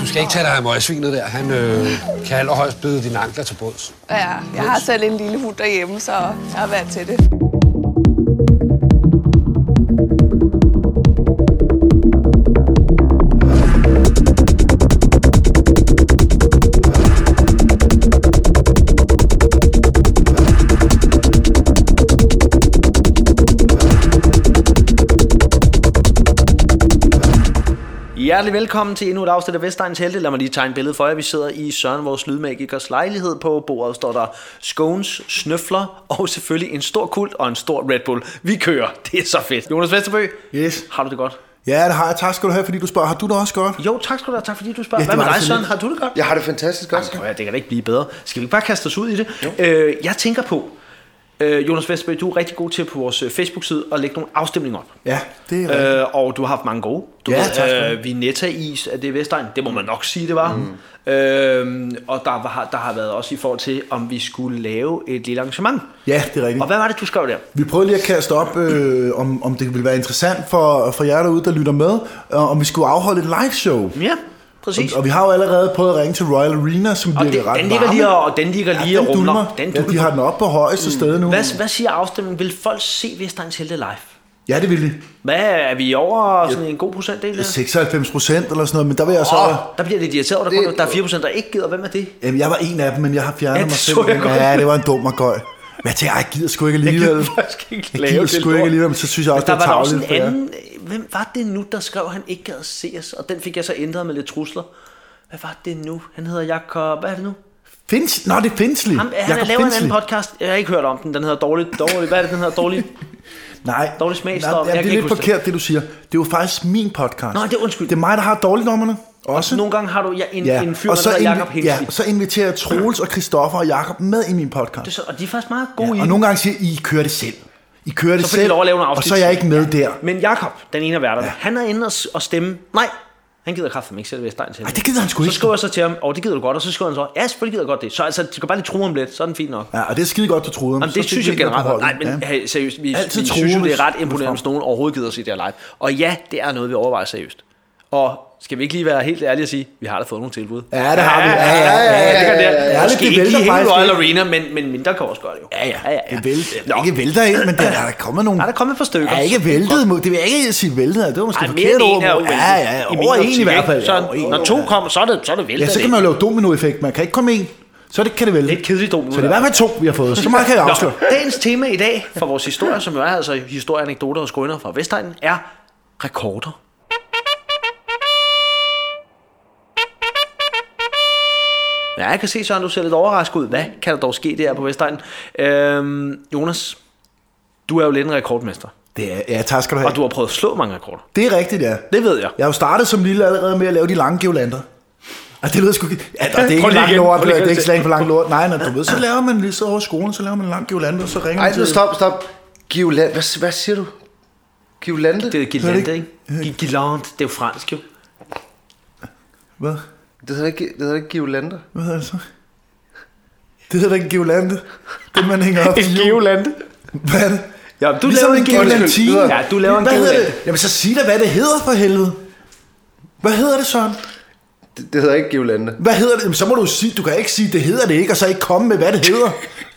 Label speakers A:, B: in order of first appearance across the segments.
A: Du skal ikke tage dig af møgsvinet der. Han øh, kan allerhøjst bide dine ankler til bunds.
B: Ja, jeg har selv en lille hund derhjemme, så jeg har været til det.
C: Hjertelig velkommen til endnu et afsnit af Vestegns Helte. Lad mig lige tegne et billede for jer. Vi sidder i Søren, vores lydmagikers lejlighed. På bordet står der scones, snøfler og selvfølgelig en stor kult og en stor Red Bull. Vi kører. Det er så fedt. Jonas Vesterbø,
D: Yes.
C: har du det godt?
D: Ja, det har jeg. Tak skal du have, fordi du spørger. Har du det også godt?
C: Jo, tak skal du have. Tak fordi du spørger.
D: Ja, det
C: Hvad
D: var
C: med dig,
D: det så
C: Søren?
D: lidt.
C: Har du det godt?
E: Jeg har det fantastisk godt.
C: Prøv at høre, det kan da ikke blive bedre. Skal vi ikke bare kaste os ud i det? Øh, jeg tænker på, øh, Jonas Vesterbø, du er rigtig god til på vores øh, Facebook-side at lægge nogle afstemninger op.
D: Ja, det er rigtigt.
C: Øh, og du har haft mange gode. Du
D: Ja, tak skal du
C: øh, Vinetta Is, er det Vestegn? Det må man nok sige, det var. Mm. Øh, og der, var, der har været også i forhold til, om vi skulle lave et lille arrangement.
D: Ja, det er rigtigt.
C: Og hvad var det, du skrev der?
D: Vi prøvede lige at kaste op, øh, om, om det ville være interessant for, for jer derude, der lytter med, øh, om vi skulle afholde et live show.
C: Ja, præcis.
D: Og, og vi har jo allerede prøvet at ringe til Royal Arena, som
C: og
D: virker
C: det,
D: ret
C: den ligger
D: varme.
C: lige og, og den ligger lige og
D: den
C: rumler.
D: dulmer.
C: Den
D: ja, de
C: dulmer. Mm.
D: har den op på højeste sted nu.
C: hvad, hvad siger afstemningen? Vil folk se Vestegns Helte live?
D: Ja, det ville de.
C: Hvad er vi over sådan en god procentdel? der?
D: 96 procent eller sådan noget, men der vil jeg så...
C: Åh, der bliver lidt irriteret, der, det, kun, der er 4 der ikke gider. Hvem er det?
D: Jamen, jeg var en af dem, men jeg har fjernet
C: Ja, det
D: mig
C: så
D: selv.
C: jeg godt.
D: ja, det var en dum og gøj. Men jeg tænkte, ej, jeg gider sgu ikke alligevel.
C: Jeg gider faktisk ikke
D: Jeg
C: lave
D: gider
C: det
D: sgu
C: lort.
D: ikke alligevel, men så synes jeg også,
C: der
D: det
C: var
D: er
C: der også
D: tageligt.
C: en anden... Hvem var det nu, der skrev, at han ikke gad se os? Og den fik jeg så ændret med lidt trusler. Hvad var det nu? Han hedder Jakob... Hvad er det nu?
D: Fins... Nå, det er Finsley.
C: Ham, han
D: Jakob
C: har lavet en anden
D: Finsley.
C: podcast. Jeg har ikke hørt om den. Den hedder Dårligt... Dårligt... Hvad er det, den hedder? Dårligt...
D: Nej,
C: Dårlig
D: nej,
C: smagsdom. Jeg
D: ja,
C: kan
D: det er
C: ikke
D: lidt
C: huske det.
D: forkert, det. du siger. Det er jo faktisk min podcast.
C: Nå, det er undskyld.
D: Det er mig, der har dårligdommerne. Også.
C: Nogle gange har du ja, en, ja. en fyr,
D: og
C: der
D: så,
C: hedder Jakob
D: ja,
C: Hensli.
D: så inviterer jeg Troels og Christoffer og Jakob med i min podcast.
C: Ja. Og de er faktisk meget gode
D: Ja,
C: i
D: og
C: det.
D: nogle gange siger I, I kører det selv. I kører det
C: Så får de
D: selv,
C: lov at lave nogle
D: og
C: afsnit.
D: så er jeg ikke med der.
C: Men Jakob, den ene af værterne, ja. han er inde og s- og stemme. Nej, han gider kraften ikke selv Vestegn til.
D: Ej, det gider han sgu
C: Så
D: ikke.
C: skriver jeg så til ham, og det gider du godt, og så skriver han så, ja, selvfølgelig gider jeg godt det. Så altså, du kan bare lige tro ham lidt, så er den fint nok.
D: Ja, og det er skide godt, du troede ham.
C: Jamen,
D: Så
C: det
D: fik
C: synes
D: vi
C: jeg
D: lidt på
C: generelt. Nej,
D: holdet.
C: men hey, seriøst, vi,
D: Altid
C: vi
D: troende,
C: synes jo, det er ret
D: hvis-
C: imponerende, hvis nogen overhovedet gider at se det her live. Og ja, det er noget, vi overvejer seriøst. Og skal vi ikke lige være helt ærlige og sige, vi har da fået nogle tilbud.
D: Ja, det har vi. Ja, ja, ja. ja,
C: det gør
D: ja,
C: det.
D: ja, ja.
C: Måske
D: Det
C: ikke
D: vælter
C: lige hele
D: faktisk
C: Royal
D: ikke.
C: Arena, men, men mindre kan også gøre det jo. Ja, ja. ja, ja.
D: Det vælter, ikke vælter ind, men det er der kommet nogle...
C: Der er der kommet et par stykker.
D: Ja, ikke væltet. mod- Det vil jeg ikke sige væltet. Det var måske
C: Ej,
D: Ej,
C: mere end
D: forkert
C: en
D: ord.
C: er jo
D: Ja,
C: væltet.
D: ja,
C: I min
D: over en
C: optik,
D: i hvert
C: ikke?
D: fald.
C: Så
D: Ja, over en.
C: når to kommer, så er det, så er det væltet.
D: Ja, så kan man jo lave dominoeffekt. Man kan ikke komme en, så det kan det vælte.
C: Det er et kedeligt domino,
D: Så det er i hvert fald to, vi har fået. Så meget kan jeg afsløre.
C: Nå, dagens tema i dag for vores historie, som jo er altså historie, anekdoter og skrøner fra Vestegnen, er rekorder. Ja, jeg kan se, Søren, du ser lidt overrasket ud. Hvad kan der dog ske der på Vestegnen? Øhm, Jonas, du er jo lidt en rekordmester,
D: Det er, ja, tak skal du have.
C: og du har prøvet at slå mange rekorder.
D: Det er rigtigt, ja.
C: Det ved jeg.
D: Jeg har jo startet som lille allerede med at lave de lange geolander. Og det lyder sgu ikke... Ja, det er
C: Prøv
D: ikke
C: lige
D: lang
C: igen.
D: lort,
C: Prøv
D: det
C: lige
D: er ikke
C: igen.
D: slang for lang lort. Nej, nej, du ved, så laver man lige så over skolen, så laver man en lang geolander, og så ringer
E: Ej,
D: man
E: nu
D: til-
E: stop, stop. Givland. Hvad, hvad siger du? Givlande?
C: Det
E: Det,
C: er Gilante, ikke? Gi- Gilante, det er jo fransk jo.
D: Hvad?
E: det hedder ikke, det hedder ikke Givlande.
D: Hvad hedder det så? Det hedder da en geolante. Det, man hænger op til jul.
C: Geolante?
D: Hvad er det? Ligesom
C: Ja, du laver en
D: geolantine.
C: geolante. Ja, du laver en
D: Hvad hedder
C: geolante.
D: det? Jamen, så sig da, hvad det hedder for helvede. Hvad hedder det, Søren?
E: Det, det hedder ikke Givlande.
D: Hvad hedder det? Jamen, så må du sige, du kan ikke sige, det hedder det ikke, og så ikke komme med, hvad det hedder.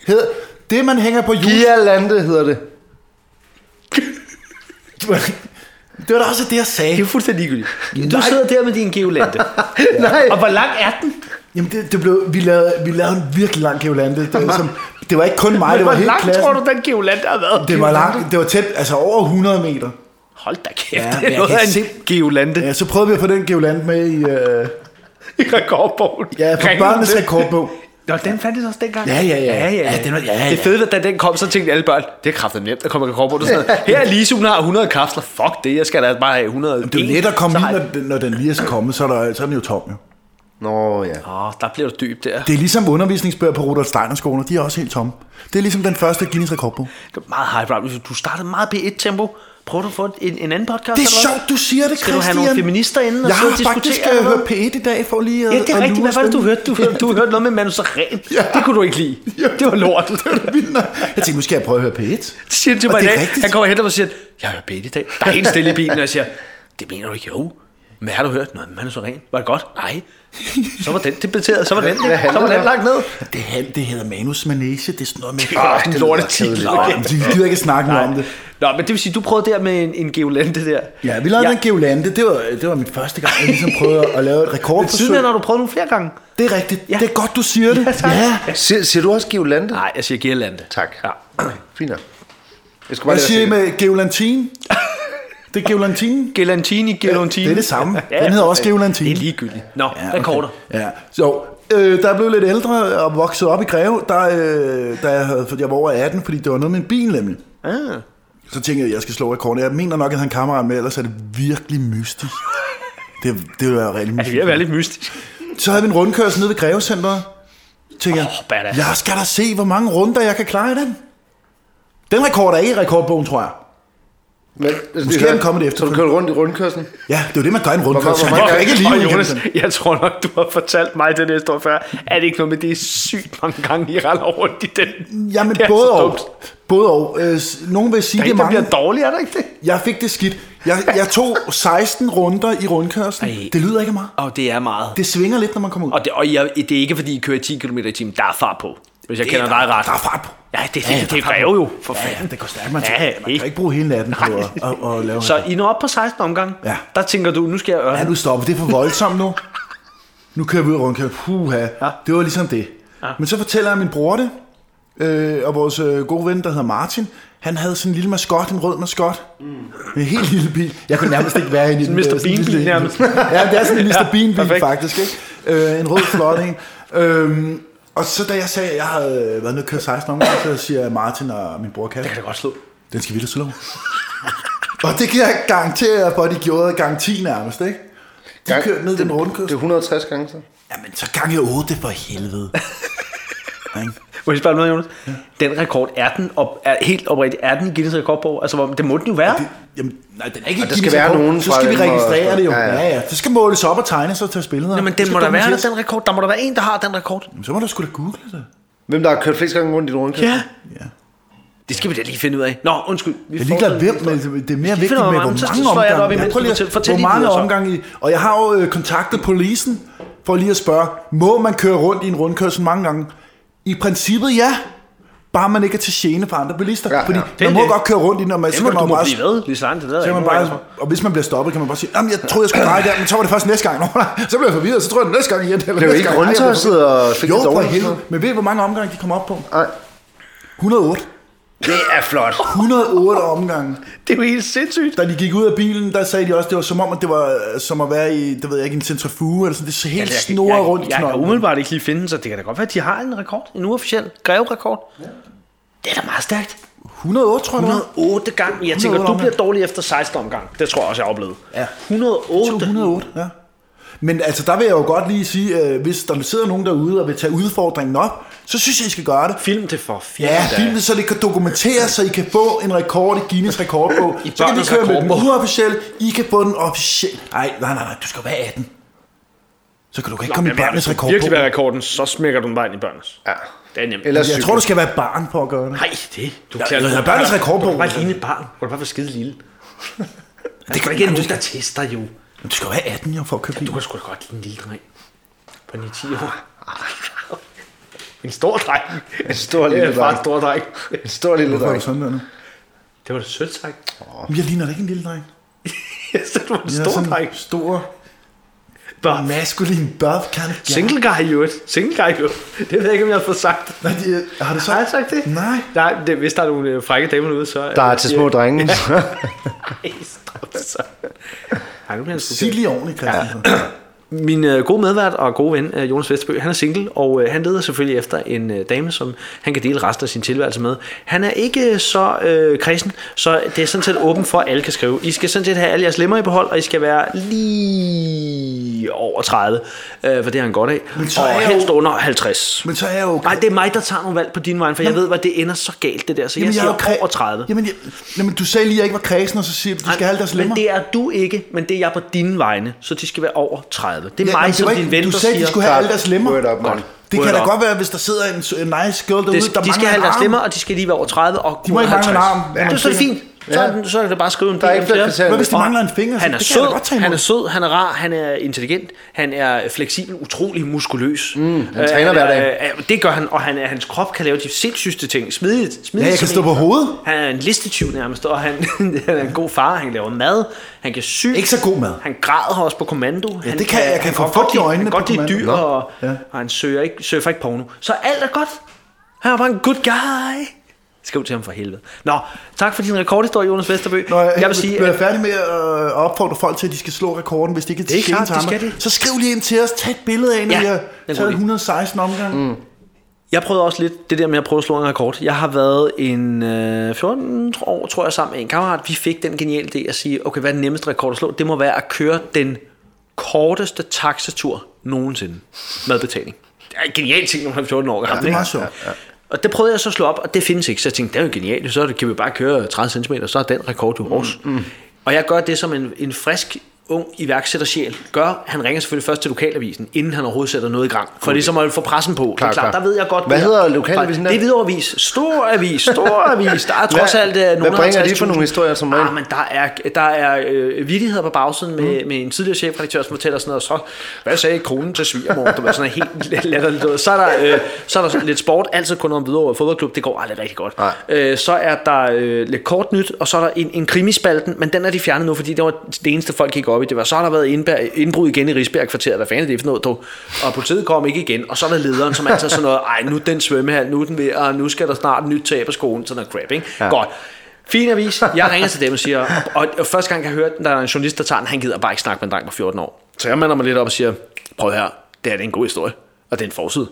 D: hedder det, man hænger på jul.
E: Gialande hedder det.
D: Det var da også det, jeg
C: Det er
D: sagde.
C: jo fuldstændig ligegyldigt. Du sidder der med din geolante.
E: Nej.
C: Og hvor lang er den?
D: Jamen, det, det blev, vi, lavede, vi lavede en virkelig lang geolante. Det, var som, det var ikke kun mig, det var
C: hvor
D: hele
C: lang
D: klassen.
C: tror du, den geolante har været?
D: det var langt, det var tæt, altså over 100 meter.
C: Hold da kæft,
D: Ja,
C: ja, det
D: men
C: er
D: jeg
C: noget
D: kan
C: af en
D: se-
C: geolante
D: Ja, så prøvede vi at få den geolant med i, øh,
C: i rekordbogen.
D: ja, på
C: Ringen.
D: børnenes rekordbog.
C: Nå, den fandtes også dengang.
D: Ja, ja, ja.
C: ja, ja.
D: Ja, den var- ja, ja.
C: Det fede, at da den kom, så tænkte alle børn, det er kraftigt nemt at komme i rekordbogen. Sådan noget. Her er Lise, hun har 100 kapsler. Fuck det, jeg skal da bare have 100.
D: Det er jo let at komme ind, når, den- når den lige er kommet, så er, der, så er den jo tom. Jo.
E: Nå ja.
C: Åh, der bliver du dyb der.
D: Det er ligesom undervisningsbøger på Rudolf Steiner skoler, de er også helt tomme. Det er ligesom den første Guinness rekordbog.
C: Det er meget highbrow. Du startede meget P1-tempo. Prøver du at få en, en anden podcast?
D: Det er
C: eller hvad?
D: sjovt, du siger det,
C: Skal du
D: Christian.
C: have nogle feminister inden og
D: Jeg
C: sidde
D: har
C: og
D: faktisk
C: diskutere?
D: øh,
C: eller hvad?
D: hørt P1 i dag for lige at
C: Ja, det er
D: at
C: rigtigt.
D: lure
C: Hvad var det, du
D: stemningen.
C: hørte? Du hørte, du hørte noget med Manu Saren. Ja. Det kunne du ikke lide. Det var lort. det var
D: Vildt nok. Jeg tænkte, nu skal jeg prøve at høre P1.
C: Det siger han til
D: Og
C: mig i
D: det er
C: dag.
D: rigtigt.
C: Han kommer hen og siger, jeg hører Bette i dag. Der er helt stille i bilen, og jeg siger, det mener du ikke, jo. Men har du hørt? Nå, men han er så ren. Var det godt? Nej. Så var den debatteret, så var den,
E: Hvad
C: så
E: handler
C: var
E: det
C: den
E: om?
C: lagt ned.
D: Det, han, det hedder Manus Manege, det er sådan noget med...
C: er også
D: Ah,
C: en
D: det
C: lortet
D: lyder
C: titel.
D: kedeligt. Nå, men De gider ikke snakke mere om det.
C: Nå, men det vil sige, du prøvede der med en, en geolente der.
D: Ja, vi lavede
C: Ja.
D: ja. den Geolande, det var, det var min første gang, jeg ligesom prøvede at lave et rekordforsøg.
C: Siden har du prøvet nogle flere gange.
D: Det er rigtigt,
C: Ja.
D: ja. det er godt, du siger det.
C: Ja, tak.
E: Siger, siger du også Geolante?
C: Nej, jeg siger geolente.
E: Tak.
C: Ja.
E: Fint nok. Jeg skulle
D: Hvad
E: bare lade
D: siger I
E: være
D: med Geolantin? Det er Geolantinen.
C: Gelantini, gelantini.
D: Det er det samme.
C: Ja,
D: Den hedder også Geolantine.
C: Det er ligegyldigt. Nå, ja, okay. rekorder.
D: Ja, så øh, der blev lidt ældre og voksede op i Greve, der, øh, da jeg, havde, jeg var over 18, fordi det var noget med en bil nemlig.
C: Ah.
D: Så tænkte jeg, at jeg skal slå rekorden. Jeg mener nok, at han kammerat med, ellers er det virkelig mystisk. Det, det ville være rigtig
C: Altså, vi
D: mystisk.
C: har været lidt mystisk.
D: Så havde vi en rundkørsel nede ved Grevecenteret. Tænkte jeg,
C: Åh, badass.
D: jeg skal da se, hvor mange runder jeg kan klare i den. Den rekord er ikke i rekordbogen, tror jeg.
E: med- Men,
D: Måske er den kommet efter.
E: Så du kørte rundt i rundkørslen?
D: Ja, det er jo det, man gør i en
E: Hvor-
D: rundkørsel.
E: hvor-
D: Man
E: hvor-
D: gør ikke lige
C: og
D: igennem
C: Jonas,
D: den.
C: jeg tror nok, du har fortalt mig den her historie før. Er det ikke noget med, det er sygt mange gange, I render rundt i den?
D: Jamen,
C: det er
D: både
C: så
D: og.
C: dumt.
D: Både og. Øh, s- nogen vil sige,
C: Der er
D: det er
C: ikke, der
D: mange.
C: bliver dårlig, er der ikke det?
D: Jeg fik det skidt. Jeg, jeg tog 16 runder i rundkørslen.
C: Ej.
D: Det lyder ikke af meget.
C: Åh, oh, det er meget.
D: Det svinger lidt, når man kommer ud.
C: Og, det, og jeg, det er ikke, fordi I kører 10 km i timen. Der er fart på. Hvis jeg det kender
D: der-
C: dig ret.
D: der er fart på.
C: Ja, det, det,
D: Ja,
C: ja,
D: ja,
C: det,
D: der er
C: det
D: fart
C: kræver jo. For
D: Ja,
C: fanden.
D: ja, det går stærkt, man,
C: Ja,
D: ja, man
C: helt.
D: kan ikke bruge hele natten på
C: Nej.
D: at, at, at lave
C: Så I når op på 16 omgang.
D: Ja.
C: Der tænker du, nu skal jeg
D: Ja,
C: ørne.
D: nu stopper. Det er for voldsomt nu. Nu kører vi ud af rundkørslen. Puha. Ja. Det var ligesom det. Ja. Men så fortæller jeg min bror det, øh, og vores øh, gode ven, der hedder Martin, han havde sådan en lille maskot, en rød maskot, mm. med en helt lille bil. Jeg kunne nærmest ikke være inde i den.
C: Sådan en
D: Det
C: Mr.
D: var en
C: Bean-bil
D: lille-
C: nærmest.
D: ja, det er sådan en Mr.
C: Ja,
D: Ja, Bean-bil
C: perfekt.
D: faktisk, ikke? Øh, en rød flot en. Øhm, og så da jeg sagde, at jeg havde været nede og køre 16 omgang, så siger Martin og min bror Kasper,
C: Det kan godt slå.
D: den skal vi da slå. og det kan jeg garantere for, at de gjorde gang 10 nærmest, ikke? De
E: Gang-
D: kørte ned i den
E: Det er
D: rundkørsel.
E: 160 gange så.
D: Jamen, så gange 8 for helvede. Ikke?
C: Må jeg spørge om noget, Jonas? Den rekord, er den op, er, helt oprigtigt, er den i Guinness rekordbog? Altså, hvor- det må den jo være.
D: Det- Jamen, nej, den er ikke
E: Og der
D: i
E: skal
D: Guinness
E: være
D: Rekord.
E: nogen
D: Så
E: fra
D: skal vi
E: dem og-
D: registrere det jo.
E: Ja,
D: Ja,
E: ja.
D: ja. ja. Det skal måles op og tegnes og tages billeder.
C: Nå, men
D: Det
C: den
D: skal
C: må der være,
D: dokumenteres.
C: der, den rekord. Der må der være en, der har den rekord.
D: Jamen, Så må du sgu da google det.
E: Hvem der har kørt flest gange rundt i den rundkørsel?
C: Ja.
D: Ja.
C: Det skal vi da lige finde ud af. Nå, undskyld. Vi
D: Jeg er ligeglad hvem, men det er mere vigtigt
C: ud
D: med,
C: af,
D: hvor
C: hvor
D: mange
C: mange. Så slår jeg det op
D: omgange.
C: imens.
D: prøv lige
C: Fortæl-
D: at-
C: fortæl
D: hvor
C: lige
D: mange
C: videre så.
D: omgange i. Og jeg har jo øh, kontaktet polisen for lige at spørge, må man køre rundt i en rundkørsel mange gange? I princippet ja. Bare man ikke er til gene for andre bilister.
E: Ja, ja.
D: Fordi
C: Det er
D: man må
C: det.
D: godt køre rundt i den, og man, så
C: Jamen,
D: kan man
C: du
D: jo
C: må
D: bare
C: blive ved, lige så langt. Det der
D: Så
C: er
D: kan man
C: ikke nogen
D: bare, og hvis man bliver stoppet, kan man bare sige, Jamen, jeg troede, jeg skulle dreje der, men så var det først næste gang. Nå, nej, så blev jeg forvirret, så tror jeg det næste gang igen. Eller
E: Blev I
D: næste
E: ikke
D: gang. Ej, jeg blev
E: rundtosset
D: forvirret.
E: og fik
D: Jo,
E: det
D: for
E: dårligt?
D: helvede. Men ved I, hvor mange omgange de kom op på?
E: Nej.
D: 108.
E: Det er flot.
D: 108 omgange.
C: Det er jo helt sindssygt.
D: Da de gik ud af bilen, der sagde de også, det var som om, at det var øh, som at være i, det ved jeg ikke, en centrifuge, eller sådan, det er helt
C: Altså, jeg-
D: snorer
C: jeg-
D: rundt i
C: Jeg kan
D: knolden.
C: umiddelbart ikke lige finde den, så det kan da godt være, at de har en rekord. En uofficiel greve-rekord. Det er da meget stærkt.
D: 108, tror jeg, det var.
C: 108 gange. Jeg tænker,
D: 108
C: du bliver
D: omgang.
C: dårlig efter 16 omgang. Det tror jeg også, jeg har oplevet.
D: Ja.
C: 108.
D: 208, ja. Men altså, der vil jeg jo godt lige sige, øh, hvis der sidder nogen derude og vil tage udfordringen op, så synes jeg, I skal gøre det.
C: Film det for fanden.
D: Ja,
C: da.
D: filmen, så det kan dokumenteres, så I kan få en rekord i Guinness rekordbog.
C: I
D: så kan vi
C: børnenes
D: køre med den
C: rekordbog.
D: uofficielle, I kan få den officielle. Nej, nej, nej, nej, du skal være 18. Så kan du ikke komme i
C: Jamen, hvis
D: børnenes
C: du
D: rekordbog.
C: altså virkelig være rekorden, så smækker du den vejen i børnenes.
E: Ja.
C: Det er nemt.
E: Eller
D: Jeg tror, du skal være barn for at gøre det.
C: Nej, det. Du
D: Ja, eller børnenes rekordbog.
C: Du kan bare ligne et barn. Du kan bare være skide lille. det kan
D: kan
C: ikke
D: man
C: du
D: ikke.
C: skal teste dig jo.
D: Men Du skal være 18 jo, for at købe
C: Du
D: bil.
C: kan sgu da godt lide en lille dreng. På 9-10 år. En stor dreng. En
E: stor lille
C: Ja, bare
E: dreng.
C: en stor dreng.
E: En stor lille
D: Hvorfor er du
E: dreng.
D: sådan der nu?
C: Det var da sødt sagt.
D: Men jeg ligner da ikke en lille dreng.
C: Jeg sagde, du var en
D: Jeg er
C: stor dreng.
D: sådan stor,
C: Bare
D: maskulin buff kan jeg-
C: Single guy i øvrigt. Single guy i øvrigt. Det ved jeg ikke, om jeg har fået sagt.
D: Nej, de- øh, har du så?
C: Har jeg sagt det?
D: Nej.
C: Nej, det, hvis der er nogle øh, frække damer ude, så...
E: Der er til små drenge.
C: Ej, stop det så. Ej, nu bliver jeg sgu
D: Sig det lige ordentligt, Christian. Ja.
C: Min øh, gode medvært og gode ven, øh, Jonas Vesterbø, han er single, og øh, han leder selvfølgelig efter en øh, dame, som han kan dele resten af sin tilværelse med. Han er ikke så øh, kristen, så det er sådan set åbent for, at alle kan skrive. I skal sådan set have alle jeres lemmer i behold, og I skal være lige over 30, øh, for det har han godt af.
D: Men så
C: og
D: er jeg jo-
C: helst under 50.
D: Men så er jeg jo...
C: Nej, det er mig, der tager nogle valg på din vej, for jeg ved, hvad det ender så galt, det der. Så jeg, siger
D: jo kræ-
C: over 30.
D: Jamen, jeg, jamen, du sagde lige, at jeg ikke var kredsen, og så siger du, du skal have alle deres lemmer.
C: Men det er du ikke, men det er jeg på dine vegne, så de skal være over 30. Det er mig,
D: jamen, det
C: som
D: var
C: din
D: ikke-
C: ven,
D: Du
C: der
D: sagde,
C: siger,
D: de skulle have alle deres lemmer.
E: Word up, mand.
D: Det
C: Word
D: kan da
C: up.
D: godt være, hvis der sidder en, en nice girl derude,
C: det,
D: der
C: de skal
D: mangler
C: have
D: en
C: deres
D: arm.
C: stemmer, og de skal lige være over 30 og
D: må ikke mangle en arm.
C: Det er så
D: Ja.
C: fint. Så, er den- så kan du bare skrive en
E: Der er ikke flere kriterier.
D: Hvad hvis de
C: Og
D: mangler en finger?
C: Han er
D: det kan jeg da
C: sød,
D: godt tage
C: han er
D: imod.
C: sød, han er rar, han er intelligent, han er fleksibel, utrolig muskuløs. Mm,
E: han træner hver dag.
C: øh, Det gør han, og han, er- hans krop kan lave de sindssygste ting. Smidigt, smidigt.
D: Ja, jeg
C: som
D: kan stå
C: en.
D: på hovedet.
C: Han er en listetyv nærmest, og han, han er en god far, han laver mad, han kan sy.
D: Ikke så god mad.
C: Han græder også på kommando. Ja, han,
D: det kan- jeg kan
C: han
D: få fugt i
C: lide-
D: øjnene
C: Han
D: på
C: kan godt lide
D: kommando.
C: dyr,
D: Nå.
C: og,
D: Ja.
C: ja. og han søger ikke, surfer ikke porno. Så alt er godt. Han er bare en good guy. Skriv til ham for helvede. Nå, tak for din rekordhistorie, Jonas Vesterbø.
D: Når jeg,
C: jeg vil sige,
D: bliver
C: at
D: jeg færdig med at opfordre folk til, at de skal slå rekorden, hvis de ikke
C: Det er klart,
D: til
C: det
D: ham.
C: skal de.
D: Så skriv lige ind til os, tag et billede af, når
C: Ja,
D: ja, vi
C: det er
D: har
C: en
D: taget
C: god idé.
D: 116 omgang. Mm.
C: Jeg prøvede også lidt det der med at prøve at slå en rekord. Jeg har været en øh, 14 år, tror jeg, sammen med en kammerat. Vi fik den geniale idé at sige, okay, hvad er den nemmeste rekord at slå? Det må være at køre den korteste taxatur nogensinde med betaling. Det er en genial ting, når man er 14 år gammel.
D: det er meget
C: ikke?
D: sjovt.
C: Og det prøvede jeg så at slå op, og det findes ikke. Så jeg tænkte, det er jo genialt, så kan vi bare køre 30 cm, så er den rekord jo vores. Mm, mm. Og jeg gør det som en, en frisk ung iværksættersjæl gør. Han ringer selvfølgelig først til lokalavisen, inden han overhovedet sætter noget i gang. For det er som at få pressen på. Klar, det er klart,
E: klar.
C: der ved jeg godt.
E: Hvad
C: det er-
E: hedder lokalavisen der?
C: Det er Hvidovre Avis. Stor avis, stor avis. Der er trods
E: Hvad-
C: alt øh,
E: hvad
C: nogle af
E: bringer de
C: 50.000.
E: for nogle historier som regel? Mm.
C: Ah, men der er, der er øh, vittigheder på bagsiden med, med en tidligere chefredaktør, som fortæller sådan noget, så, hvad sagde kronen til svigermor? Det var sådan helt latterligt. noget. Så er der, øh, så er der lidt sport, altid kun om Hvidovre fodboldklub, det går aldrig rigtig godt.
E: Nej.
C: Øh, så er der øh, lidt kort nyt, og så er der en, en krimispalten, men den er de fjernet nu, fordi det var det eneste, folk gik op i. Det var, så har der været indbær, indbrud igen i Rigsberg-kvarteret, der fanden er det for noget, dog. og politiet kom ikke igen, og så er der lederen, som altid er sådan noget, ej, nu er den svømmehal, nu er den ved, og nu skal der snart et nyt tag på skolen, sådan noget crap, ikke? Ja. Godt. Fin avis. Jeg ringer til dem og siger, og, og første gang jeg hørte, der er en journalist, der tager den, han gider bare ikke snakke med en dreng på 14 år. Så jeg mander mig lidt op og siger, prøv her, det her det er en god historie, og det er en forside.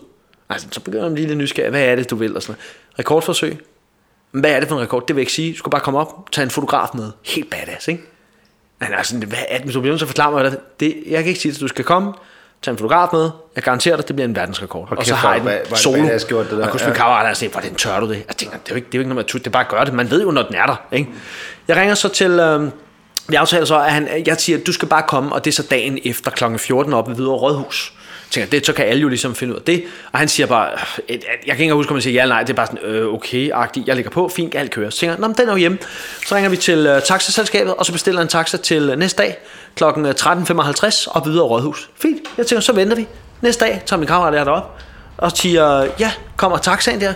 C: Altså, så begynder man lige lidt nysgerrig, hvad er det, du vil, og sådan noget. Rekordforsøg, men hvad er det for en rekord? Det vil jeg ikke sige. Du skal bare komme op, tage en fotograf med. Helt badass, ikke? Han er sådan, hvad er det, du bliver så forklare mig, hvad det, er." det, jeg kan ikke sige, at du skal komme, tage en fotograf med, jeg garanterer dig, det bliver en verdensrekord.
E: Hold
C: og så
E: kæft,
C: har jeg
E: hvor- hvor er
C: den
E: det
C: solo,
E: badass gjort, det der.
C: og kunne spille
E: Ja.
C: kammerat, og jeg sagde, hvordan tør du det? Jeg tænker, det er jo ikke, det er jo ikke noget med at tutte, det er bare at gøre det. Man ved jo, når den er der, ikke? Jeg ringer så til, øh, vi aftaler så, at han, jeg siger, at du skal bare komme, og det er så dagen efter kl. 14 op ved Hvidovre Rådhus. Jeg tænker, det, så kan alle jo ligesom finde ud af det. Og han siger bare, "Øh, et- jeg kan ikke engang huske, om han siger ja eller nej, det er bare sådan, øh, okay-agtigt, jeg ligger på, fint, alt kører. Så tænker jeg, "Nå, men den er jo hjemme. Så ringer vi til øh, taxaselskabet, og så bestiller en taxa til øh, næste dag kl. 13.55 op ved Hvidovre Rådhus. Fint, jeg tænker, så venter vi. Næste dag tager min kammerat der derop og siger, ja, kommer taxaen der.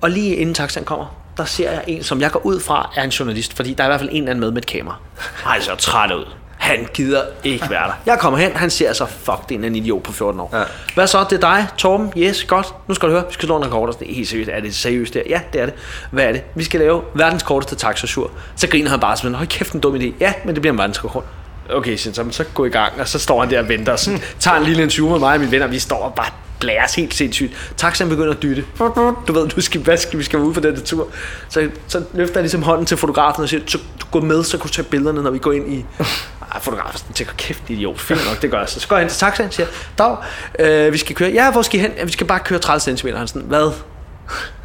C: Og lige inden taxaen kommer, der ser jeg en, som jeg går ud fra, er en journalist, fordi der er i hvert fald en eller anden med med et kamera. Han ser træt ud. Han gider ikke være der. Jeg kommer hen, han ser så fuck, det er en eller anden idiot på 14 år. Ja. Hvad så, det er dig, Torben? Yes, godt. Nu skal du høre, vi skal slå en rekord. Og sådan, Helt seriøst, er det seriøst der? Ja, det er det. Hvad er det? Vi skal lave verdens korteste taxasur. Så griner han bare sådan, hold kæft, en dum idé. Ja, men det bliver en verdensrekord. Okay, siger han så, "Men så gå i gang, og så står han der og venter, og sådan, tager en lille interview med mig og mine venner, og vi står og bare blæres helt sindssygt. Taxaen begynder at dytte. Du ved, du skal, hvad skal, vi skal ud på den her tur. Så, så løfter jeg ligesom hånden til fotografen og siger, så, du går med, så kan du tage billederne, når vi går ind i... Ah, fotografen sådan tænker, kæft idiot, fint nok, det gør jeg. Så, så går jeg hen til taxaen og siger, dag, øh, vi skal køre, ja, hvor skal I hen? Ja, vi skal bare køre 30 cm. Han sådan, hvad?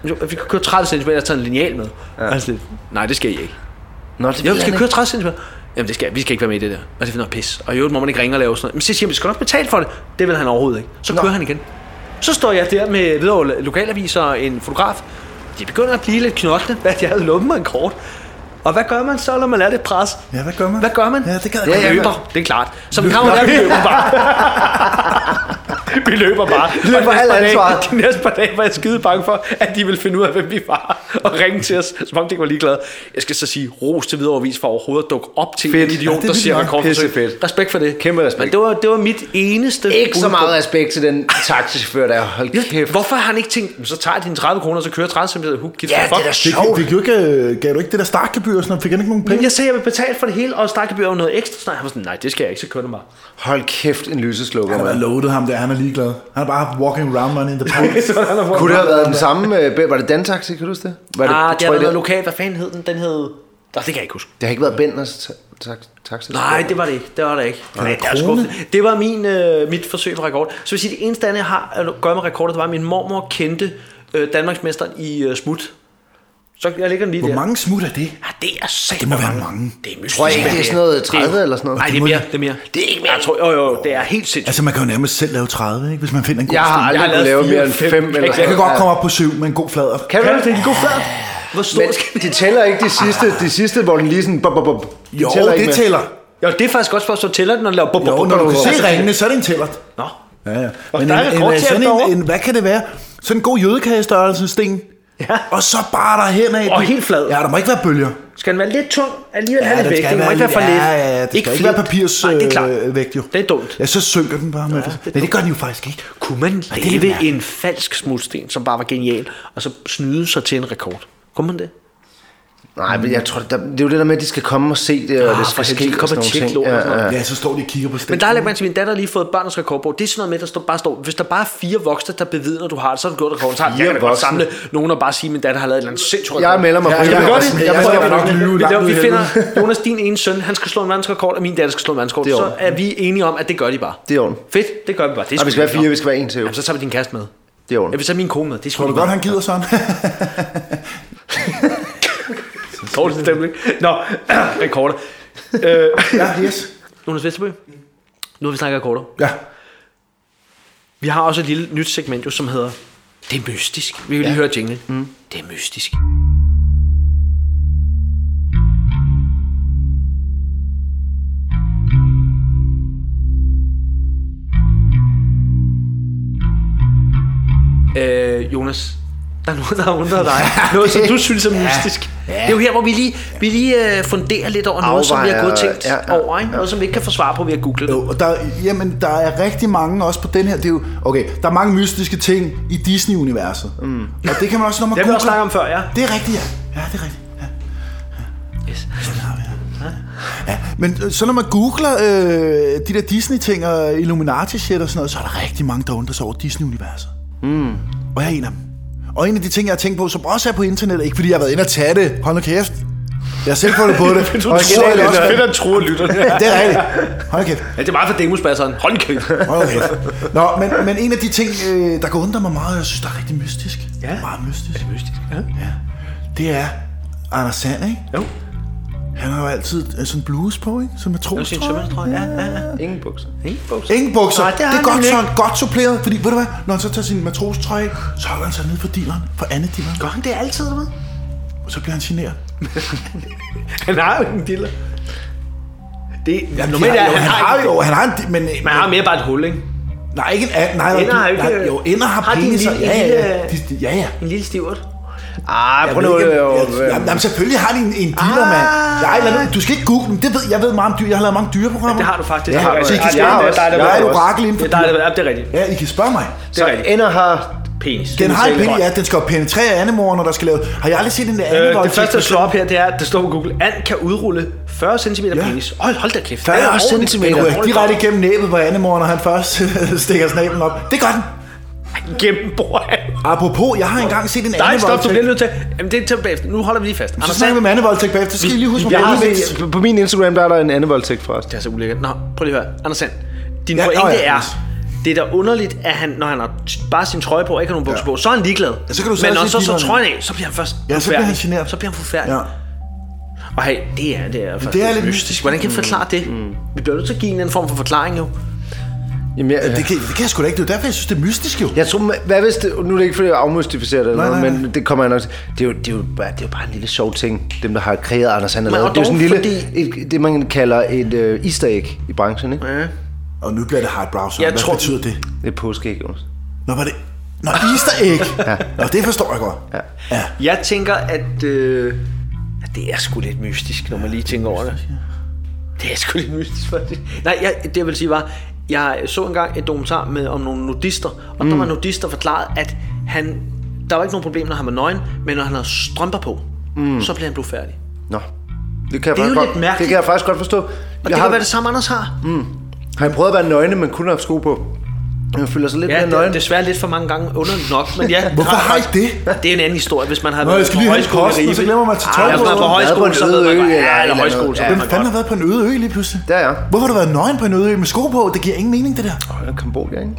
C: Jo, Vi kan køre 30 cm, jeg har taget en lineal med. Ja. Han sådan, lidt, nej, det skal I ikke.
E: Nå, det
C: Jo,
E: ved
C: vi
E: han
C: skal
E: ikke.
C: køre 30 cm. Jamen, det skal, vi skal ikke være med i det der. Og det finder pis. Og i øvrigt må man ikke ringe og lave sådan noget. Men så siger han, vi skal nok betale for det. Det vil han overhovedet ikke. Så kører han igen. Så står jeg der med videre lokalaviser og en fotograf. De begynder at blive lidt knottende, hvad jeg havde lommet mig en kort. Og hvad gør man så, når man er det pres?
D: Ja, hvad gør man?
C: Hvad gør man?
D: Ja, det gad jeg
C: ja,
D: godt.
C: jeg løber. Det er klart. Som kommer der, vi løber bare. vi løber bare.
E: Løber
C: Og de næste
E: halv
C: par dage-
E: ansvaret.
C: De næste par dage var jeg skide bange for, at de ville finde ud af, hvem vi var. Og ringe til os, som om de ikke var ligeglade. Jeg skal så sige, ros til videreovervis for overhovedet at dukke op til
E: Fedt.
C: en
E: Ja,
C: idiot,
E: det
C: der
E: er vildt
C: siger
E: nok.
C: rekordforsøg.
E: Pissefedt.
C: Respekt for det.
E: Kæmpe respekt.
C: Men det var, det var mit eneste
E: Ikke så
C: bud på-
E: meget altså. respekt til den taxichauffør der. Hold kæft.
C: Hvorfor har han ikke tænkt, "Men så tager jeg dine 30 kroner, og så kører jeg 30 cm. Who gives
E: Ja,
C: a fuck?
E: det er da
D: Det,
E: sjovt.
D: fik du ikke, øh, gav du ikke det der startgebyr og sådan noget? Fik han ikke nogen
C: Men
D: penge?
C: jeg sagde, at jeg vil betale for det hele, og stakkebyr jo noget ekstra. Så han var sådan, nej, det skal jeg ikke, så kører du mig.
E: Hold kæft, en lyseslukker,
D: Han Mm. har
E: mand.
D: loadet ham der, han er ligeglad. Han har bare haft walking around money in the pocket.
E: Kunne det have været den samme? øh, ben- Var det Dantaxi, kan du huske det? Var det,
C: Ah,
E: tror
C: det
E: jeg,
C: har været
E: det,
C: lokalt. Hvad fanden hed den? Den hed... Nå, det kan jeg ikke huske.
E: det har ikke været Benders ta- ta- taxi.
C: Nej, det var det ikke. Det var det ikke. Nej, det, er skuffende. det var min, øh, mit forsøg på rekord. Så vil jeg sige, det eneste andet, jeg har at gøre med rekorder, det var, at min mormor kendte øh, Danmarksmesteren i øh, smut. Så jeg lægger den lige
D: Hvor
C: der.
D: mange smut er det?
C: Ja, det er sagt.
D: Det må være mange.
C: Det er mystisk.
E: Tror jeg ikke, det er sådan noget 30 eller sådan noget?
C: Nej, det er mere. Det er mere. Det er ikke mere. Jeg tror, jo, jo, det er helt sindssygt.
D: Altså, man kan jo nærmest selv lave 30, ikke? hvis man finder en god
E: Jeg har
D: stil.
E: aldrig
C: har
E: kunnet lave
C: lavet
E: mere end
C: fire, fem.
E: 5 eller
C: Jeg
E: sådan
D: Jeg kan
E: noget.
D: godt komme op på syv med en god flader.
E: Kan du det?
C: en god flad? Hvor stor
E: Men
C: skal
E: de tæller ikke de sidste, de sidste hvor den lige sådan... Bop, bop, bop. De
D: Jo,
E: tæller
D: det
E: ikke med.
D: tæller.
C: Jo, det er faktisk godt spørgsmål. Tæller den, når den laver bum, bum,
D: Jo,
C: bum,
D: når du
C: bum,
D: kan
C: bum?
D: se ringene, så er det en tæller.
C: Nå.
D: Ja, ja.
C: Og
D: Men
C: der er
D: en,
C: en
D: en,
C: rekord
D: en,
C: til
D: sådan
C: derovre.
D: en, en, hvad kan det være? Sådan en god jødekagestørrelse sten.
C: Ja.
D: Og så bare der hen af.
C: Og helt flad.
D: Ja, der må ikke være bølger.
C: Skal den være lidt tung? Alligevel
D: Ja,
C: have lidt
D: den
C: vægt.
D: skal
C: Den må
D: være
C: ikke være for
D: lidt-
C: lidt.
D: ja, ja, ja, det skal ikke være
C: flad.
D: papirs,
C: Nej, det er klart.
D: øh, vægt, jo.
C: Det er dumt.
D: Ja, så synker den bare med ja, det. Nej, det gør den jo faktisk ikke.
C: Kunne man
D: det er
C: lave
D: mærkeligt.
C: en falsk smutsten, som bare var genial, og så snyde sig til en rekord? Kunne man det?
E: Nej, men jeg tror, der, det er jo det der med, at de skal komme og se det, og
C: Ah,
E: det
C: for
E: skal
C: helvede, de skal
E: ske og
C: komme
E: sådan
C: og
E: nogle
C: tjekke
E: ting.
C: låret og sådan
E: Ja, ja.
D: Ja, så står de og kigger på stenen.
C: Men der er lidt mand, min datter har lige fået barnets rekordbog. Det er sådan noget med, der står, bare står, hvis der bare er fire voksne, der bevidner, du har det, så har du gjort rekorden. Så har jeg
E: Fire
C: kan da godt
E: voksne?
C: samle nogen og bare sige, min datter har lavet et eller andet sindssygt rekord.
E: Jeg melder mig
D: Ja,
E: på det.
D: jeg
E: Jeg
D: vil godt lide-
E: jeg
D: jeg
E: melder
D: vil
E: mig
D: godt
E: på
D: lide-
E: det.
D: lyve
C: Vi,
D: langt
C: laver,
D: ud
C: vi
D: i
C: finder, Jonas, din ene søn, han skal slå en verdensrekord, og min datter skal slå en verdensrekord.
E: Det er
C: Så
E: ordentligt.
C: er vi enige om, at det gør de bare.
E: Det er ordentligt.
C: Fedt, det gør vi bare. Det er
E: Ej,
C: sgu
E: vi skal være
C: fint
E: fire,
C: nok.
E: vi skal være en til. jo.
C: Jamen, så tager vi din kæreste med.
E: Det er
C: Jeg
E: ordentligt.
C: vil tage min kone med. Det er sgu
D: Tror
C: lige
D: du godt,
C: meget.
D: han gider sådan?
C: Dårlig stemning. Nå, rekorder. Øh,
D: ja, yes.
C: Jonas Vesterbø, nu har vi snakket rekorder.
D: Ja.
C: Vi har også et lille nyt segment, jo, som hedder Det er mystisk. Vi kan lige høre jingle. Mm. Det er mystisk. Øh, Jonas, der er noget, der har undret dig. Noget, som du synes er mystisk. Ja. Det er jo her, hvor vi lige, vi lige øh, funderer lidt over noget, som vi har
E: Afvejer,
C: gået og tænkt
E: ja,
C: ja,
E: ja,
C: ja, over. Ikke? Noget, som vi ikke kan få svar på ved at google det.
D: Jo, og der, jamen, der er rigtig mange også på den her. Det er jo, okay, der er mange mystiske ting i Disney-universet. Mm. Og det kan man også, når man
C: Det har vi også
D: googler.
C: snakket om før, ja.
D: Det er rigtigt, ja. Ja, det er rigtigt. Ja.
C: Yes.
D: Men øh, så når man googler øh, de der Disney-ting og Illuminati-shit og sådan noget, så er der rigtig mange, der undrer sig over Disney-universet. Mm. Og jeg er en af dem. Og en af de ting, jeg har tænkt på, som også er på internettet, ikke fordi jeg har været inde og tage det, hold nu kæft. Jeg har selv fundet på det. og jeg tror, jeg også,
C: at tro lytterne.
D: det er rigtigt. Hold nu kæft.
C: Ja, det er meget for demosbasseren. Hold kæft.
D: Hold nu kæft. Nå, men, men en af de ting, øh, der kan undre mig meget, og jeg synes, der er rigtig mystisk.
C: Ja.
D: Meget mystisk.
C: Mystisk, ja.
D: Det er Anders Sand, ikke?
C: Jo.
D: Han har jo altid øh, sådan blues på, ikke? Som
C: Det er
D: matros,
C: sin
D: tror jeg.
C: sømand, tror jeg. Ja, ja, ja.
E: Ingen bukser.
C: Ingen bukser.
D: Ingen bukser.
C: Nej,
D: Nej,
C: det
D: det,
C: har
D: det er
C: han
D: godt,
C: nemlig
D: så han godt suppleret, fordi ved du hvad, når han så tager sin matrostrøje, af, så holder han sig nede på dealeren, for andet dealeren,
C: Gør han det altid, eller hvad?
D: og så bliver han generet.
C: Han har jo ingen diller. Det, Jamen,
D: Normalt
C: normalt er,
D: jo,
C: han, har, ikke-
D: jo, han har en, di- men,
C: Man har mere bare et hul, ikke?
D: nej, ikke en, nej, nej,
C: Ender har
D: nej,
C: jo ikke-
D: nej, jo, ender har,
C: har de en
D: peniser,
C: lille-
D: ja, ja, ja,
C: lille-
D: de, de, ja, ja.
C: En lille stivert.
E: Ah, prøv nu.
D: Jeg ved ikke, om-
E: øh,
D: ja,
E: øh,
D: jamen, jamen, selvfølgelig har de en, en dealer,
C: Ah.
D: mand. Jeg, eller, du skal ikke google dem, det ved, jeg ved meget om dyr, jeg har lavet mange dyreprogrammer.
C: Det har du faktisk.
E: Ja,
C: Det har du.
E: så I kan
C: Ja,
E: spørge
C: det er-
E: os.
C: der er det-
E: Jeg
D: Jeg er et
E: også.
D: orakel inden
C: Ja,
D: for
C: der er
D: dyr.
C: det, ja, det er rigtigt.
D: Ja, I kan spørge mig.
C: Det er
E: Så
C: rigtigt.
E: ender har...
C: Penis.
D: Den har et
C: Det er
D: pinde,
C: godt.
D: ja, den skal jo penetrere andemoren, når der skal lave... Har jeg aldrig set en der
C: Øh,
D: andevoldtægt?
C: det første, der slår op her, det er, at der står på Google, and kan udrulle 40 cm penis. Hold, hold da kæft. Det er
E: 40
C: ordentligt.
E: centimeter.
C: Det er
D: Den rører
C: ordentligt.
D: direkte igennem næbet på Annemor, når han først stikker snablen op. Det gør den.
C: Gennembruger han.
D: Apropos, jeg har engang set en
C: Nej,
D: andevoldtægt.
C: stop, du bliver nødt til. Jamen, det er tilbage. efter. Nu holder vi lige fast.
D: Så
C: Anders
D: snakker vi
C: Sand.
D: med andevoldtægt bagefter. Så skal I lige huske, hvor
E: Jeg har
D: meget vigtigt.
E: set, på min Instagram, der er der en anden voldtægt fra os.
C: Det er så ulækkert. Nå, prøv lige at høre. Anders Sand. Din ja,
D: Ja,
C: pointe
D: nå
C: ja,
D: ja,
C: er,
D: yes.
C: det er da underligt, at han, når han har t- bare sin trøje på og ikke har nogen bukser ja. på, så er han ligeglad. Ja,
D: så kan du så
C: Men
D: også
C: når
D: lige
C: så
D: give
C: så
D: mig
C: trøjen af, så bliver han først
D: Ja, så bliver han
C: forfærdelig.
D: genert.
C: Så bliver han forfærdelig.
D: Ja.
C: Og hey, det er, det er, faktisk
D: det er
C: lidt
D: lidt
C: mystisk.
D: mystisk.
C: Hvordan kan vi forklare det? Mm. Vi bliver nødt til at give en eller anden form for forklaring jo.
E: Jamen, jeg,
D: Det kan, det kan jeg sgu da ikke. Det er jo derfor, jeg synes, det er mystisk jo.
E: Jeg tror, ma- hvad hvis det, nu er det ikke fordi, jeg afmystificerer det, eller
D: Nej,
E: noget,
D: nej,
E: men det kommer jeg nok til. Det er, jo, det, er jo bare, det er jo bare en lille sjov ting, dem der har kreeret Anders han har
C: Men
E: lavet.
C: og
E: Det er jo sådan en
C: dog,
E: lille, et, det man kalder et øh, easter egg i branchen, ikke?
C: Ja.
D: Og nu bliver det hardbrow, så
C: Jeg
D: hvad
C: tror-
D: betyder det?
E: Det er påskeæg, Jonas.
D: Nå, var det... Nå, Easter egg. Nå, det forstår jeg godt.
E: Ja.
D: ja.
C: Jeg tænker, at, øh, at det er sgu lidt mystisk, når man lige tænker over det. Det er sgu lidt mystisk, faktisk. Nej, jeg, det jeg vil sige var, jeg så engang et dokumentar med, om nogle nudister, og mm. der var nudister forklaret, at han, der var ikke nogen problem, når han var nøgen, men når han havde strømper på, mm. så blev han blodfærdig.
E: Nå. Det kan,
C: Det
E: jeg
C: er jo
E: faktisk
C: lidt
E: godt, det
C: mærkeligt.
E: kan jeg faktisk godt forstå.
C: Og
E: jeg
C: det
E: har,
C: kan være det samme, Anders har. Mm.
E: har jeg prøvet at være nøgne, men kun har haft sko på. Jeg føler sig lidt
C: Ja,
E: mere
C: det er
E: nøgen.
C: desværre lidt for mange gange underligt nok, men ja.
D: Hvorfor har I det?
C: Det er en anden historie, hvis man har
D: Nå, jeg skal lige hente posten, og så glemmer man at tage tøj
C: på. Ej,
D: på.
C: hvis man er Ah, på
D: Været
E: på
C: højskole,
E: en
C: så
E: øde
C: ved man
E: ø
C: godt,
E: eller
C: ja,
E: et
C: eller
E: eller
C: højskole,
E: andet.
C: så
E: Ja.
C: ved
D: Hvem
C: man
D: fanden
C: godt.
D: har været på en øde ø lige pludselig?
E: Der, ja.
D: Hvorfor har du været nøgen på en øde ø med sko på? Det giver ingen mening, det der.
E: Højre Kambodja, ikke?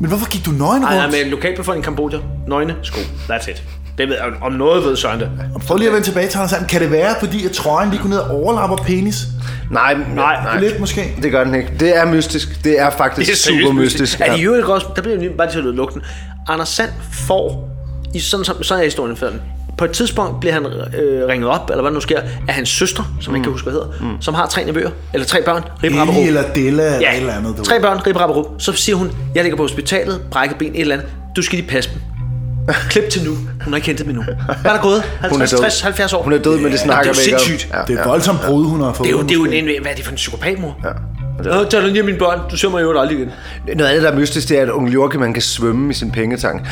D: Men hvorfor gik du nøgen
C: Ej, nej,
D: rundt?
C: men lokalbefolkningen i Kambodja. Nøgne sko. That's it. Det ved, om noget ved Søren det.
D: Prøv lige at vende tilbage til Anders Sand. Kan det være, fordi at trøjen lige går ned og overlapper penis?
E: Nej, nej, nej.
D: Lidt måske.
E: Det gør den ikke. Det er mystisk. Det er faktisk det er super mystisk.
C: Er
E: Ja.
C: det jo ikke også? Der bliver jo lige- bare til at lyde lugten. Anders Sand får, i sådan, som, sådan er historien før, på et tidspunkt bliver han øh, ringet op, eller hvad der nu sker, af hans søster, som mm. jeg ikke kan huske, hvad hedder, mm. som har tre nevøer, eller tre børn, Rip Rap og
D: Eli
C: Rup.
D: eller Della ja. eller
C: Ja,
D: et eller andet. Du.
C: tre børn, Rip Rap og Rup. Så siger hun, jeg ligger på hospitalet, brækker ben, et eller andet, du skal lige passe dem. Klip til nu. Hun har ikke hentet dem endnu. Hvad er der gået? 50, 60, 70 år.
E: Hun er død, men det snakker
C: det er jo
E: vi ikke om.
C: sindssygt.
E: Ja,
D: Det er
E: ja.
D: et voldsomt brud, hun har fået.
C: Det er jo, det er jo
D: måske.
C: en, en- hvad er det for en psykopatmor? Ja.
E: er-
C: Nå, tag nu lige mine børn. Du ser mig jo aldrig igen.
E: Noget andet, der er mystisk, det er, at unge Jorke, man kan svømme i sin pengetank.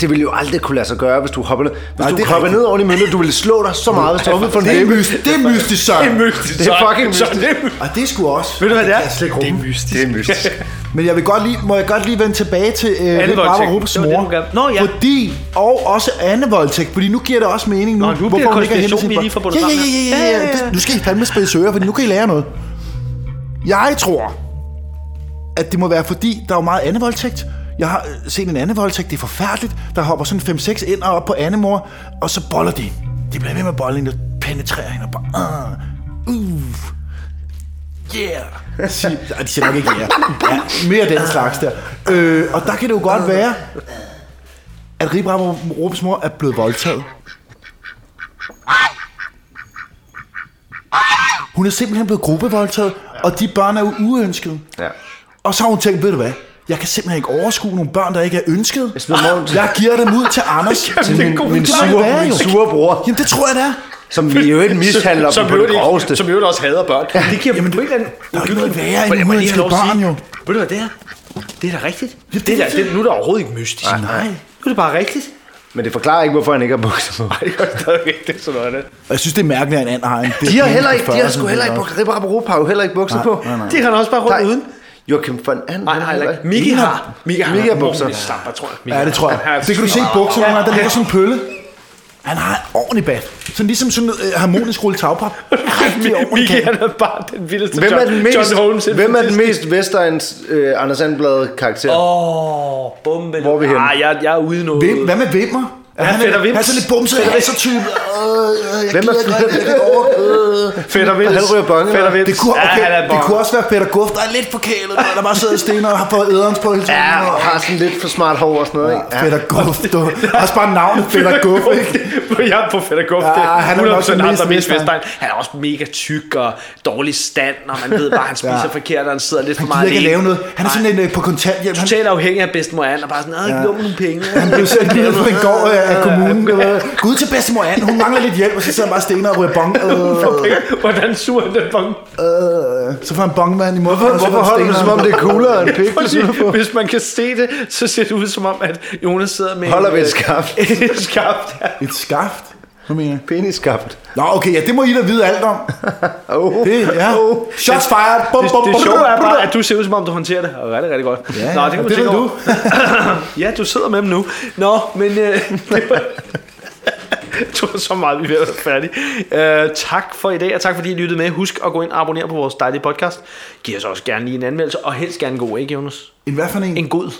E: Det ville jo aldrig kunne lade sig gøre, hvis du hoppede ned. Hvis
D: Nej,
E: Nej, du
D: det er
E: hoppede
D: rigtigt.
E: ned over i møntet, du ville slå dig så meget, hvis du hoppede på en
D: Det er
E: dæmme.
D: mystisk, det er mystisk, Søren.
C: mystisk.
E: Det er fucking
C: Så- så
E: mystisk.
C: det er mystisk.
D: Og det er sgu også.
C: Ved du, hvad det er?
D: kan jeg slet ikke rumme.
C: mystisk.
E: Det er mystisk.
D: Men jeg vil godt lige, må jeg godt lige vende tilbage til øh, Rip Rap og
C: voldtægt.
D: Rups
C: Det var det,
D: mor.
C: du gerne- Nå, ja.
D: Fordi, og også Anne voldtægt, fordi nu giver det også mening nu.
C: Nå, nu bliver
D: hvorfor hun ikke har
C: konspirationen
D: hentet sit
C: lige
D: barn.
C: forbundet
D: ja, ja,
C: sammen
D: ja,
C: her.
D: ja, ja,
C: Ja, ja,
D: ja,
C: ja.
D: Nu skal I fandme spidse ører, for nu kan I lære noget. Jeg tror, at det må være fordi, der er jo meget Anne voldtægt. Jeg har øh, set en anden voldtægt, det er forfærdeligt. Der hopper sådan 5-6 ind og op på Annemor, og så boller de. hende. De bliver ved med at bolle hende og penetrerer hende og bare... Uh, uh. Yeah! Sig, Ej, de siger nok ikke yeah. ja. Mere den slags der. Øh, og der kan det jo godt være, at Ribram og Rups mor er blevet voldtaget. Hun er simpelthen blevet gruppevoldtaget, og de børn er jo uønskede.
E: Ja.
D: Og så har hun tænkt, ved du hvad, jeg kan simpelthen ikke overskue nogle børn, der ikke er ønsket. Jeg,
E: smider dem ud til-
D: jeg giver dem ud til Anders.
E: Til min, min, sure, min sure bror,
D: Jamen det tror jeg da.
E: som i øvrigt mishandler dem på det groveste.
C: Som i øvrigt også hader børn. Det giver Jamen, på en eller anden...
D: der er ikke noget værre end
C: Men jeg må lige
D: uønskede
C: have lov at
D: børn,
C: sige-
D: jo.
C: Ved du, hvad det er? Det er da rigtigt.
D: Ja,
C: Det, det, er, da- det, nu er det overhovedet ikke mystisk. Nej.
D: Nej.
C: Nu er det bare rigtigt.
E: Men det forklarer ikke, hvorfor han ikke har bukser på.
C: Det gør stadigvæk ikke. Det er sådan noget af det.
D: Og jeg synes, det er mærkeligt, at en and har en.
E: De har heller ikke, de har sgu heller ikke bukser. Ripper Rapperup har jo heller ikke bukser på.
D: nej, nej.
C: Det kan han også bare rundt
E: Nej.
C: uden.
E: Joachim von Anden.
C: Nej, nej, heller ikke. Mickey har. Mickey har.
E: Mickey har bukser.
C: ordentlige Slapper, tror jeg. Mickey
D: Ja, det tror
C: har-
D: jeg.
C: har-
D: Det kan du se i bukserne, ja. der ligger sådan en pølle. Han har en ordentlig bat. Sådan ligesom sådan en øh, harmonisk rulle tagpap. Rigtig ordentlig
C: Mickey,
D: kat.
C: han er bare den vildeste
E: Hvem er
C: John-
E: den mest,
C: John Holmes.
E: hvem er den mest Vestegns øh, Anders Sandblad karakter? Oh.
C: Åh, bombe.
E: Hvor er vi henne?
C: Ah, jeg, jeg er ude i noget.
D: Hvem- Hvad med Vimmer? Er
C: Ja,
D: han,
C: fætter
D: han
C: Vims.
D: er sådan lidt bumset, han er så Øh, type.
E: Hvem er
C: Fætter Vils.
E: Han ryger bonge,
C: Fætter
E: hva'?
C: Vils.
D: Det kunne,
C: Ja,
D: okay,
C: han er
D: det
C: bonge.
D: kunne også være Peter Guft, der er lidt forkælet, og der bare sidder og stener og har fået æderens på hele tiden.
E: Ja,
D: Og-
E: har sådan lidt for smart hår og sådan noget, ikke?
D: Ja. Peter Guft, du. Også bare navnet Peter Guft, ikke?
C: jeg er på Fætter Guff.
D: Ja,
C: Ja,
D: han
C: han
D: er
C: er
D: nok
C: også
D: den mest
C: mest
D: Vestegn.
C: Vestegn. Han er også mega tyk og dårlig stand, og man ved bare, at han spiser
D: Ja.
C: ja. forkert, og han sidder lidt for
D: Han
C: meget
D: gider ikke at lave noget. Han er
C: Nej.
D: sådan en øh, på kontanthjælp. Han,
C: Totalt afhængig af bedstemor Anne, og bare sådan, nej, lov nogle penge.
D: han blev sendt ud på en gård øh, af kommunen. Det var, Gud til bedstemor Anne, hun mangler lidt hjælp, og så sidder han bare og stener og ryger bong. Øh,
C: Hvordan suger han den bong?
D: øh. Så får han bongmand i munden. og så
E: Hvorfor
D: får han
E: holder du det, som
D: steneren.
E: om det er coolere end pik, du
C: Fordi
E: sidder på?
C: hvis man kan se det, så ser det ud som om, at Jonas sidder med...
E: Holder
C: en,
E: ved et
C: øh,
E: skaft.
C: Et skaft, ja.
D: Et skaft? Hvad mener jeg?
E: Peniskaft.
D: Nå, okay, ja, det må I da vide alt om.
E: Oh.
D: Det, ja. Shots fired. Bum,
C: Det,
D: bum,
C: det
D: bum,
C: sjove er
D: bum.
C: bare, at du ser ud som om, du håndterer det rigtig, rigtig godt.
D: Ja,
C: Nå,
D: ja,
C: det, kan man
D: og det
C: tænke
D: ved
C: over. ja, du sidder med dem nu. Nå, men... Øh, det var... Det var så meget, vi er ved at være færdige. Øh, tak for i dag, og tak fordi I lyttede med. Husk at gå ind og abonnere på vores dejlige podcast. Giv os også gerne lige en anmeldelse, og helst gerne en god, ikke Jonas?
D: En hvad for en?
C: En god.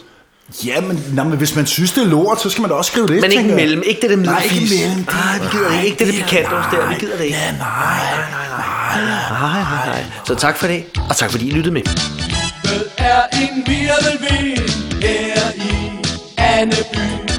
D: Ja, men, nå, men hvis man synes, det er lort, så skal man da også skrive det.
C: Men ikke
D: tænker jeg.
C: mellem. Ikke det der
D: Nej,
C: middelfis.
D: ikke mellem. Det-
C: Nej, vi gider det ikke. Ikke det der pikant også der. Vi gider det ikke.
D: Ja, nej.
C: Nej, nej, nej. Så tak for det, og tak fordi I lyttede med.
F: Løbet er en virvelvind her i Anneby.